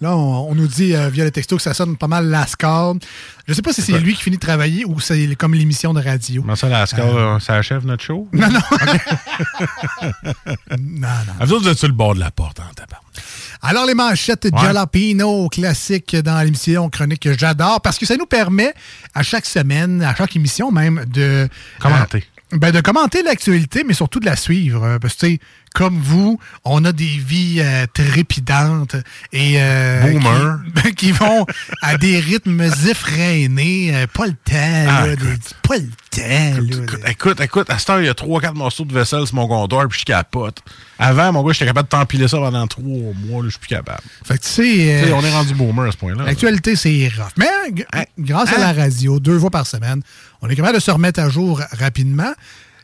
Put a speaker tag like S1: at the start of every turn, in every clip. S1: Là, on, on nous dit euh, via le texto que ça sonne pas mal Lascar. Je sais pas si c'est lui qui finit de travailler ou c'est comme l'émission de radio.
S2: Comment ça, la score, ça achève notre show?
S1: Euh. Non, non. non, non.
S2: Ah, Vous autres, vous êtes sur le bord de la porte, en tabarnak.
S1: Alors, les manchettes
S2: Ouais.
S1: Jalapino classiques dans l'émission Chronique que j'adore parce que ça nous permet à chaque semaine, à chaque émission même, de.
S2: Commenter.
S1: euh, ben, de commenter l'actualité, mais surtout de la suivre. euh, Parce que, tu sais, comme vous, on a des vies euh, trépidantes et. euh,
S2: Boomer.
S1: Qui, qui vont à des rythmes effrénés. euh, pas le temps,
S2: Ah,
S1: là, des-
S2: écoute.
S1: Pas le temps, là,
S2: Écoute, écoute, écoute, à cette heure, il y a 3-4 morceaux de vaisselle sur mon comptoir, puis je capote. Avant, mon gars, j'étais capable de t'empiler ça pendant 3 mois, là, je suis plus capable.
S1: Fait que, tu sais.
S2: Tu sais,
S1: euh,
S2: on est rendu boomer à ce point-là.
S1: L'actualité, c'est rough. Mais g-
S2: Ah.
S1: grâce à la radio, deux fois par semaine, on est capable de se remettre à jour rapidement.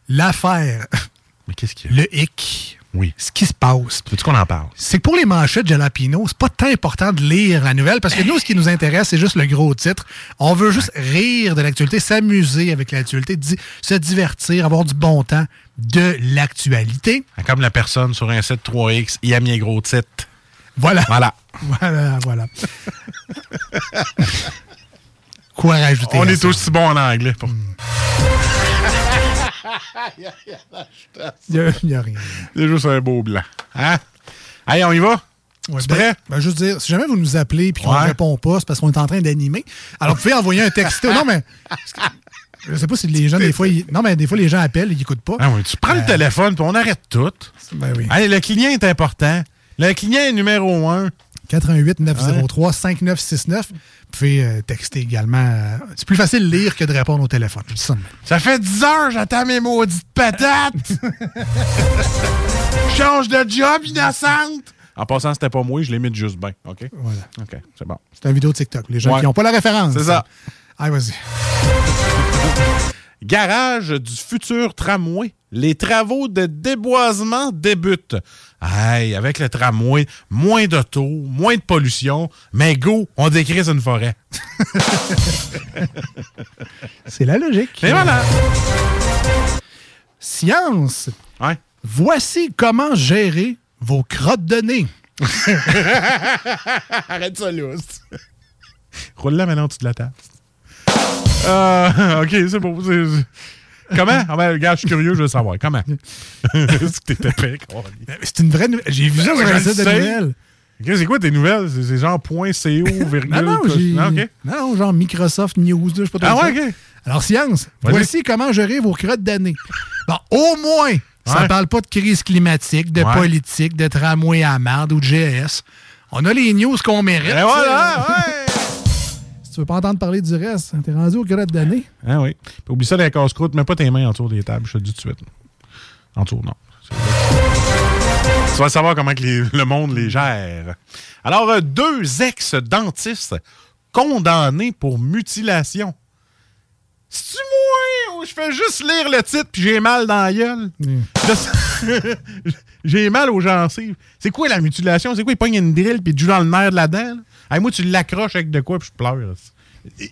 S1: L'affaire,
S2: Mais qu'est-ce qu'il y a?
S1: le hic,
S2: Oui.
S1: ce qui se passe,
S2: Veux-tu qu'on en parle?
S1: c'est que pour les manchettes Jalapino, c'est pas tant important de lire la nouvelle parce que nous, ce qui nous intéresse, c'est juste le gros titre. On veut juste rire de l'actualité, s'amuser avec l'actualité, di- se divertir, avoir du bon temps de l'actualité.
S2: Comme la personne sur un site 3X, il a mis un gros titre.
S1: Voilà.
S2: Voilà.
S1: Voilà, voilà. Quoi rajouter
S2: On
S1: à
S2: est
S1: ça?
S2: aussi bon en anglais. pour-
S1: Hmm. Il n'y a rien.
S2: C'est juste un beau blanc. Hein? Allez, on y va?
S1: Ouais,
S2: C'est
S1: ben-
S2: vrai?
S1: ben, juste dire, si jamais vous nous appelez et qu'on ne
S2: Ouais.
S1: répond pas, c'est parce qu'on est en train d'animer. Alors, vous pouvez envoyer un texto. non, mais. Je sais pas si les gens, des fois, ils- non, mais des fois, les gens appellent et ils n'écoutent pas.
S2: Ah oui, tu prends
S1: Euh,
S2: le téléphone, puis on arrête tout.
S1: Ben oui.
S2: Allez, le client est important. Le client est numéro un.
S1: 88 903 5969. Vous pouvez euh, texter également. euh, C'est plus facile de lire que de répondre au téléphone. Je dis ça de même.
S2: Ça fait 10 heures, j'attends mes maudites patates! Change de job, innocente! En passant, c'était pas moi, je l'ai mis juste bien, OK?
S1: Voilà.
S2: OK, c'est bon.
S1: C'est une vidéo TikTok. Les gens
S2: Ouais.
S1: qui n'ont pas la référence.
S2: C'est ça.
S1: Ah, vas-y.
S2: Garage du futur tramway. Les travaux de déboisement débutent. Aïe, avec le tramway, moins d'auto, moins de pollution, mais go, on décrise une forêt.
S1: C'est la logique.
S2: Et voilà!
S1: Science.
S2: Ouais.
S1: Voici comment gérer vos crottes de nez.
S2: Arrête ça, lousse. Roule-la maintenant au-dessus de la table. Euh, OK, c'est bon. c'est- c'est- Comment? Ah ben, regarde, je suis curieux, je veux savoir. Comment? Est-ce que t'étais prêt? Carlis?
S1: Mais Euh, C'est une vraie nouvelle. J'ai vu ça sur
S2: Ah je
S1: un
S2: le
S1: site Ben, de
S2: sais.
S1: nouvelles.
S2: OK, c'est quoi tes nouvelles? C'est, c'est genre point .co, virgule...
S1: Non, non,
S2: quoi-
S1: j'ai-
S2: Ah, OK.
S1: non, genre Microsoft News, là, je sais pas trop
S2: Ah
S1: quoi.
S2: ouais, ok.
S1: Alors, science,
S2: Vas-y.
S1: voici comment gérer vos crottes d'année. Bon, au moins, ça
S2: Ouais.
S1: parle pas de crise climatique, de
S2: Ouais.
S1: politique, de tramway à marde ou de GS. On a les news qu'on mérite.
S2: Et Ben voilà, ouais!
S1: Si tu veux pas entendre parler du reste, t'es rendu aux crottes d'année.
S2: Ah oui. Puis oublie ça, les casse-croûtes. Mets pas tes mains autour des tables, je te le dis tout de suite. En dessous, non. Tu vas savoir comment que les- le monde les gère. Alors, euh, deux ex-dentistes condamnés pour mutilation. C'est-tu moi ou je fais juste lire le titre puis j'ai mal dans la gueule? Je- j'ai mal aux gencives. C'est quoi la mutilation? C'est quoi? Il pogne une drill puis il te joue dans le nerf de la dent? là? Hey, moi, tu l'accroches avec de quoi puis je pleure.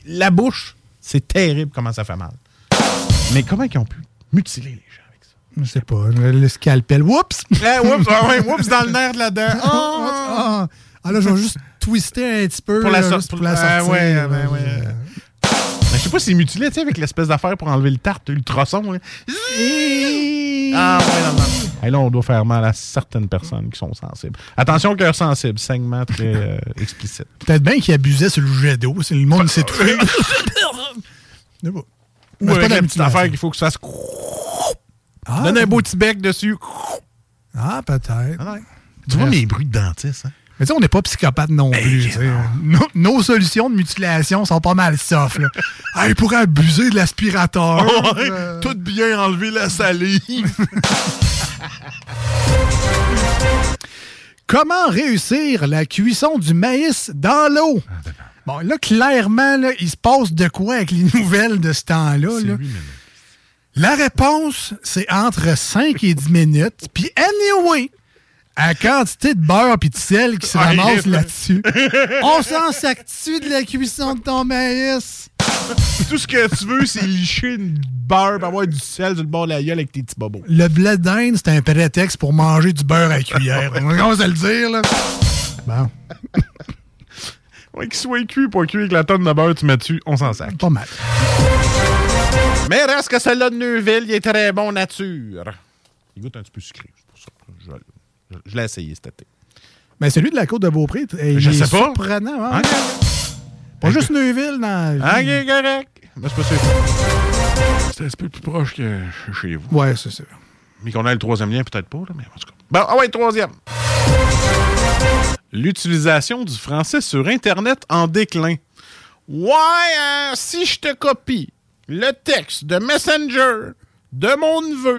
S2: La bouche, c'est terrible comment ça fait mal. Mais comment ils ont pu mutiler les gens avec ça?
S1: Je sais pas, le scalpel. Oups!
S2: Eh, oups, ah ouais, oups, dans le nerf de la dent.
S1: Ah, Ah là, je vais juste twister un petit peu.
S2: Pour la,
S1: là,
S2: so-
S1: juste pour la sortie.
S2: Ah ouais,
S1: là,
S2: ben ouais.
S1: euh,
S2: Mais je sais pas s'il mutilait, tu sais, avec l'espèce d'affaire pour enlever le tarte ultrason. Là. Ah ouais, non, non. Hey, là, on doit faire mal à certaines personnes qui sont sensibles. Attention, cœur sensible, segment très euh, explicite.
S1: Peut-être bien qu'il abusait sur le jet d'eau. C'est le monde s'est trouvé. Mais bon. Mais c'est pas de
S2: Bah, euh, Ou avec la
S1: la
S2: petite
S1: mutilation.
S2: affaire qu'il faut que ça se...
S1: Ah,
S2: Donne un beau petit bec dessus.
S1: Ah, peut-être.
S2: Tu vois
S1: Bref.
S2: mes bruits de dentiste, hein? Ben,
S1: Mais tu sais, on n'est pas psychopathe non plus. tu sais. Nos, nos solutions de mutilation sont pas mal soft. Là. Ah, il pourrait abuser de l'aspirateur. euh,
S2: Tout bien enlever la salive.
S1: Comment réussir la cuisson du maïs dans l'eau?
S2: Ah,
S1: Bon, là, clairement, là, il se passe de quoi avec les nouvelles de ce temps-là? là? La réponse, c'est entre 5 et 10 minutes. Puis, anyway, à quantité de beurre puis de sel qui se
S2: Ouais,
S1: ramasse
S2: ouais.
S1: là-dessus, on s'en sac-tu de la cuisson de ton maïs?
S2: Tout ce que tu veux, c'est licher une beurre, pis avoir du sel sur le bord de la gueule avec tes petits bobos.
S1: Le blé d'Inde, c'est un prétexte pour manger du beurre à cuillère. On va se le dire, là. Bon,
S2: Ouais, qu'il soit cuit, pas cuit, avec la tonne de beurre, tu mets dessus, on s'en sac.
S1: pas mal.
S2: Mais reste que celui-là de Neuville, il est très bon nature. Il goûte un petit peu sucré, c'est pour ça. Je, je- je l'ai essayé cet été.
S1: Mais celui de la côte de Beaupré, t- il
S2: Je
S1: est
S2: sais pas.
S1: surprenant. hein? Pas juste Neuville dans. la vie.
S2: Ok, correct. Mais c'est pas sûr. C'est un petit peu plus proche que chez vous.
S1: Ouais, c'est sûr.
S2: Mais qu'on a le troisième lien, peut-être pas, là, mais en tout cas. Bon, ah ouais, troisième. L'utilisation du français sur Internet en déclin. Ouais, hein, si je te copie le texte de Messenger de mon neveu.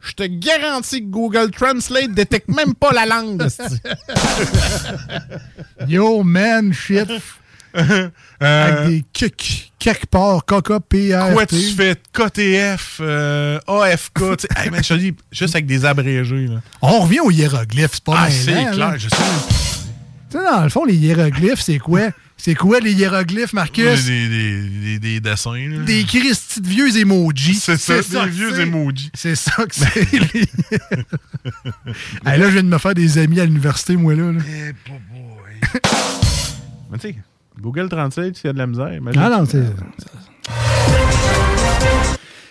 S2: Je te garantis que Google Translate détecte même pas la langue. esti.
S1: Yo, man, shit.
S2: Euh.
S1: Avec des kicks, quelque part, caca, PR.
S2: Quoi tu fais? KTF, euh, AFK, tu sais. Hey, man, je te dis, juste avec des abrégés. Là.
S1: On revient aux hiéroglyphes, c'est pas
S2: Ah,
S1: mal,
S2: c'est
S1: hein, là.
S2: clair, je sais.
S1: Tu sais, dans le fond, les hiéroglyphes, c'est quoi? C'est quoi les hiéroglyphes, Marcus?
S2: Des, des, des, des dessins. Là.
S1: Des Christy de vieux emojis.
S2: C'est ça,
S1: que
S2: des vieux
S1: c'est.
S2: emojis.
S1: C'est ça que c'est. les- Hey, là, je viens de me faire des amis à l'université, moi, là. là.
S2: Mais tu sais, Google Translate, s'il y a de la misère. imagine.
S1: Ah, Non, non, c'est.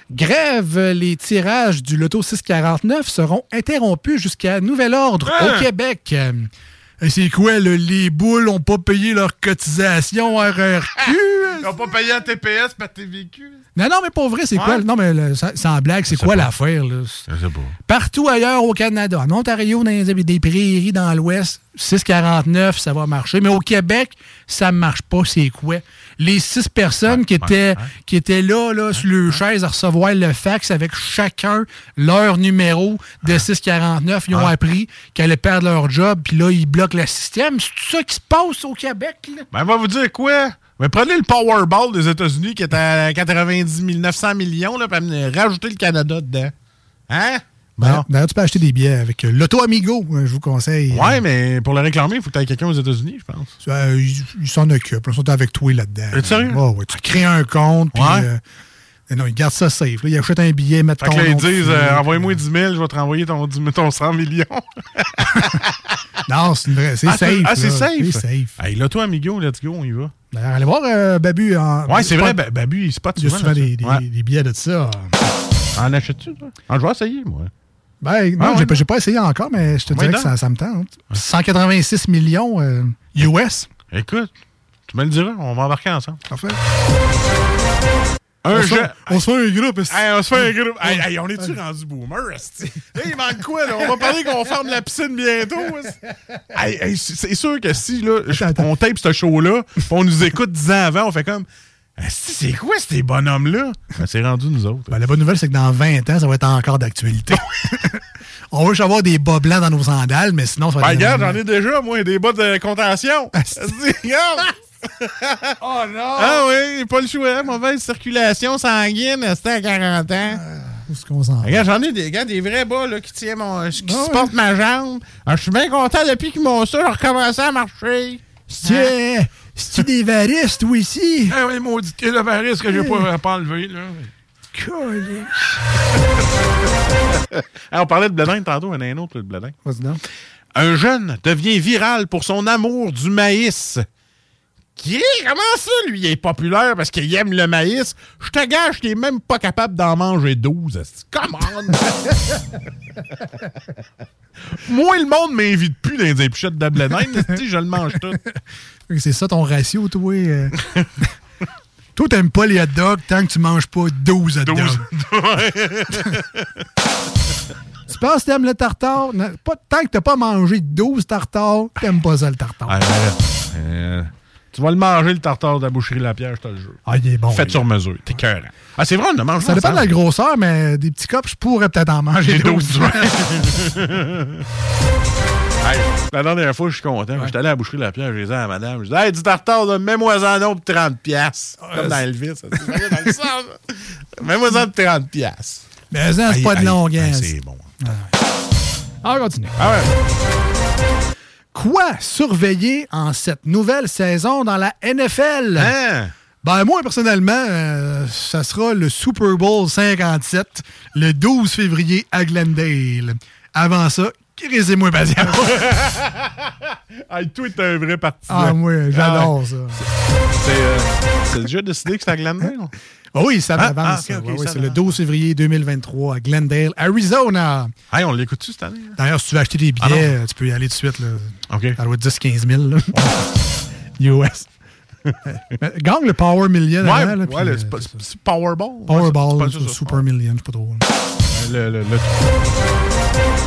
S1: Grève, les tirages du Loto 649 seront interrompus jusqu'à nouvel ordre
S2: Hein?
S1: au Québec. Euh, C'est quoi, le, les boules n'ont pas payé leur cotisation RRQ?
S2: Ils n'ont pas payé à TPS par tes vécu.
S1: non, non, mais pour vrai, c'est quoi?
S2: Ouais.
S1: Non, mais le- sans, sans blague, c'est quoi l'affaire? là?
S2: Je sais pas.
S1: Partout ailleurs au Canada, en Ontario, dans les, des prairies dans l'Ouest, 6,49, ça va marcher. Mais au Québec, ça ne marche pas. C'est quoi? Les six personnes qui, étaient, qui étaient là, là sur leur chaise à recevoir le fax avec chacun leur numéro de 6,49, ils ont appris qu'elles allaient perdre leur job, puis là, ils bloquent le système. C'est tout ça qui se passe au Québec, là?
S2: Ben, on va vous dire quoi? Mais prenez le Powerball des États-Unis qui est à 90 000, 900 millions, là, puis amenez- rajoutez le Canada dedans. Hein? Bon.
S1: Ben, D'ailleurs, tu peux acheter des billets avec euh, l'Auto Amigo, euh, je vous conseille.
S2: Ouais, mais pour le réclamer, il faut que tu aies quelqu'un aux États-Unis, je pense.
S1: Euh, ils ils s'en occupent. Ils sont avec toi là-dedans.
S2: Es-tu sérieux?
S1: Ouais, ouais. Tu crées un compte, puis.
S2: Ouais.
S1: euh, mais non, ils gardent ça safe. Là. Ils achètent un billet, mettent
S2: Fait
S1: ton
S2: que là, ils
S1: nom dessus,
S2: disent
S1: puis,
S2: euh,
S1: euh,
S2: envoyez-moi 10 000, je vais te renvoyer ton, 10 000, ton 100 millions.
S1: Non, c'est une vraie- c'est
S2: Ah,
S1: safe.
S2: Ah, c'est
S1: là.
S2: safe.
S1: C'est safe.
S2: Hey, là, toi, amigo, let's go, on y va.
S1: D'ailleurs, allez voir euh, Babu. En,
S2: Ouais, c'est
S1: pas-
S2: vrai, Ba- Babu, il spot
S1: Il y a souvent des, des-
S2: là-dessus. Ouais.
S1: des billets de ça.
S2: En achètes-tu, toi? Ah, je vais essayer, moi.
S1: Ben, non,
S2: Ah ouais,
S1: j'ai pas-
S2: non.
S1: j'ai pas essayé encore, mais je te
S2: Ouais,
S1: dirais que
S2: donc.
S1: ça, ça me tente. 186 millions euh, US.
S2: Écoute, tu me le diras, on va embarquer ensemble.
S1: Parfait.
S2: Un
S1: on, se
S2: jeu.
S1: fait, on se fait un groupe. est-ce-
S2: Hey, on se fait un groupe. Hey, hey, on est-tu rendu boomer? esti? Là, il manque quoi, là? On va parler qu'on ferme la piscine bientôt. esti. Hey, hey, c'est c'est sûr que si là, je-
S1: Attends, attends.
S2: on tape ce show-là, pis on nous écoute dix ans avant, on fait comme. Esti, C'est quoi ces bonhommes-là? Ben, c'est rendu nous autres.
S1: Ben, la bonne nouvelle, c'est que dans 20 ans, ça va être encore d'actualité. on veut juste avoir des bas blancs dans nos sandales, mais sinon, ça
S2: Ben,
S1: va être.
S2: regarde, j'en ai déjà, moi, des bas de contention.
S1: Asti.
S2: Asti, regarde! oh non! Ah oui, pas le choix. Mauvaise circulation sanguine, c'était à 40 ans.
S1: Où est-ce qu'on s'en va?
S2: Regarde, j'en ai des, regarde, des vrais bas là, qui tiennent mon, qui
S1: Ah ouais.
S2: supportent ma jambe. Ah, Je suis bien content depuis qu'ils m'ont ça, j'ai recommencé à marcher.
S1: C'est- C'est-tu des varistes, ou ici?
S2: Ah oui, maudit que le virus que j'ai pas, pas enlevé. Là. on parlait de Bledin tantôt, on a un autre, le Bledin.
S1: Vas-y donc.
S2: Un jeune devient viral pour son amour du maïs. Qui Comment ça, lui, il est populaire parce qu'il aime le maïs? Je te gâche, il est même pas capable d'en manger 12. esti. Come on! Moi, le monde m'invite plus dans les épichettes de Blenheim. esti, je le mange tout.
S1: C'est ça ton ratio, toi. euh. toi, t'aimes pas les hot dogs tant que tu manges pas 12 hot dogs.
S2: 12.
S1: tu penses que t'aimes le tartare? Non, pas, tant que t'as pas mangé 12 tartares, t'aimes pas ça le tartare.
S2: Ah, arrête. Euh, tu vas le manger, le tartare de la boucherie La Pierre, je te le jure.
S1: Ah, il est bon.
S2: Fait
S1: il-
S2: sur mesure. T'es cœur. Ah, c'est vrai, on le mange
S1: Ça dépend de
S2: ensemble.
S1: la grosseur, mais des petits cops, je pourrais peut-être en manger
S2: J'ai
S1: 12.
S2: 12 Hey, la dernière fois, je suis content. J'étais allé à la boucherie de la pierre, je disais à la madame, je disais, hey, du tartare, là, mets-moi en autre 30 piastres. Comme dans Elvis. ça, tu sais, dans le sable. Mets-moi en 30 piastres.
S1: Mais ça, c'est pas de
S2: Aïe,
S1: longue.
S2: aïe,
S1: hein.
S2: C'est bon.
S1: Ah, continue.
S2: Ah ouais.
S1: Quoi surveiller en cette nouvelle saison dans la NFL?
S2: Hein?
S1: Ben, moi, personnellement, euh, ça sera le Super Bowl 57, le 12 février à Glendale. Avant ça, crisez-moi patience.
S2: Hey, toi, t'es un vrai partisan.
S1: Ah, moi, j'adore ça.
S2: C'est euh, c'est déjà décidé que c'est à Glendale?
S1: Ah oui, ça
S2: Ah,
S1: avance.
S2: ah, ok,
S1: ça.
S2: ok,
S1: Ouais, ouais,
S2: ça
S1: c'est le
S2: avance.
S1: 12 février 2023 à Glendale, Arizona.
S2: Hey, on l'écoute-tu cette année? là?
S1: D'ailleurs, si tu veux acheter des billets, euh, tu peux y aller tout de suite. Là.
S2: OK.
S1: Ça doit être 10-15 000. là. US. Mais Gagne le Power Million. avant, là,
S2: Ouais,
S1: puis,
S2: ouais,
S1: euh,
S2: le- c'est pas- c'est Powerball.
S1: Powerball,
S2: Ouais, c'est- c'est pas ça, ça.
S1: Super Million, je sais pas trop.
S2: Euh, Le, le- le-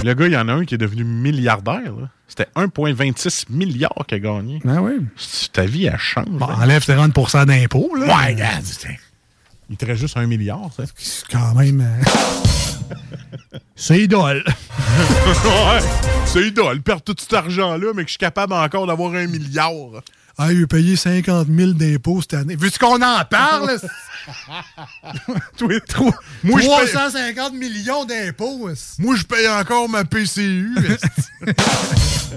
S2: le gars, il y en a un qui est devenu milliardaire. là. C'était 1,26 milliard qu'il a gagné.
S1: Ah oui.
S2: Si Ta vie, elle change. hein.
S1: Bon,
S2: là.
S1: enlève 30 d'impôts. là.
S2: ben Ouais, regarde, c'est- Il te reste juste un milliard, ça.
S1: C'est quand même. euh, C'est idole.
S2: Ouais, c'est idole. Perdre tout cet argent-là, mais que je suis capable encore d'avoir un milliard.
S1: Ah, il a payé 50 000 d'impôts cette année. Veux-tu qu'on en parle?
S2: Toi, moi, je paye,
S1: 350 millions d'impôts. c'est-
S2: moi, je paye encore ma PCU. esti.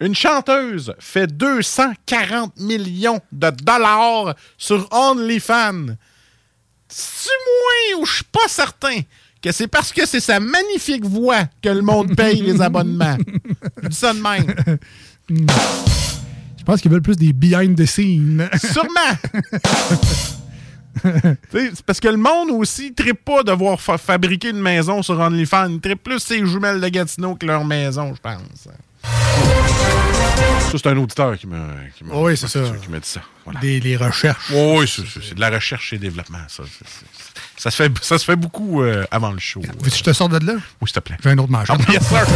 S2: Une chanteuse fait 240 millions de dollars sur OnlyFans. Si moins ou je suis pas certain que c'est parce que c'est sa magnifique voix que le monde paye les abonnements. Je dis ça de même.
S1: Je pense qu'ils veulent plus des behind the scenes.
S2: Sûrement! Tu sais, c'est parce que le monde aussi ne pas de voir fa- fabriquer une maison sur OnlyFans. Ils trippent plus ces jumelles de Gatineau que leur maison, je pense. Ça, c'est un auditeur qui m'a qui m'a-
S1: Oui, c'est ça.
S2: qui m'a dit ça. Voilà.
S1: Des, les recherches.
S2: Oui, oui, c'est- c'est c'est de la recherche et développement, ça. C'est- c'est- Ça se fait, ça se fait beaucoup euh, avant le show.
S1: Veux-tu que je te sorte de là?
S2: Oui, s'il te plaît.
S1: J'ai un autre manche.
S2: Ah, yes, sir.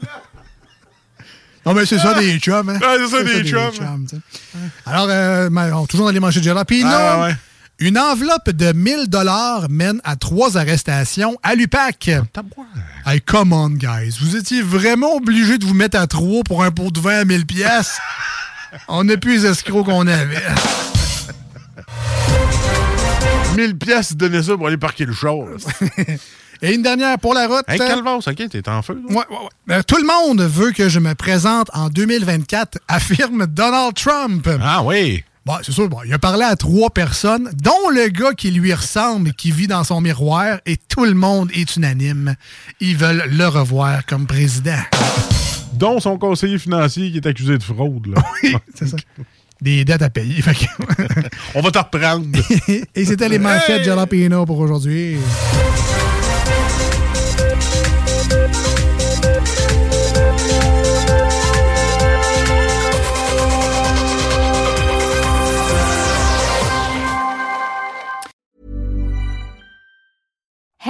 S1: Non, mais c'est ça des chums. Hein?
S2: Ah, c'est ça, des chums.
S1: tu sais. Alors, euh, mais on toujours aller manger du jalapeno.
S2: Ah, ouais.
S1: Une enveloppe de 1000 dollars mène à trois arrestations à l'UPAC.
S2: Ah,
S1: Hey, come on, guys. Vous étiez vraiment obligés de vous mettre à trois pour un pot de vin à 1000 pièces. on n'a plus les escrocs qu'on avait.
S2: 1000 piastres, donner ça pour aller parquer le char. là.
S1: Et une dernière pour la route.
S2: Hey, Calvas, OK, t'es en feu. là?
S1: Ouais, ouais, ouais. Euh, tout le monde veut que je me présente en 2024, affirme Donald Trump.
S2: Ah oui.
S1: Bon, c'est sûr, bon, il a parlé à trois personnes, dont le gars qui lui ressemble, et qui vit dans son miroir, et tout le monde est unanime. Ils veulent le revoir comme président.
S2: dont son conseiller financier qui est accusé de fraude. Là.
S1: C'est ça. des dettes à payer. Fait que-
S2: On va te reprendre.
S1: Et c'était les manchettes
S2: Hey!
S1: Jalapeno pour aujourd'hui.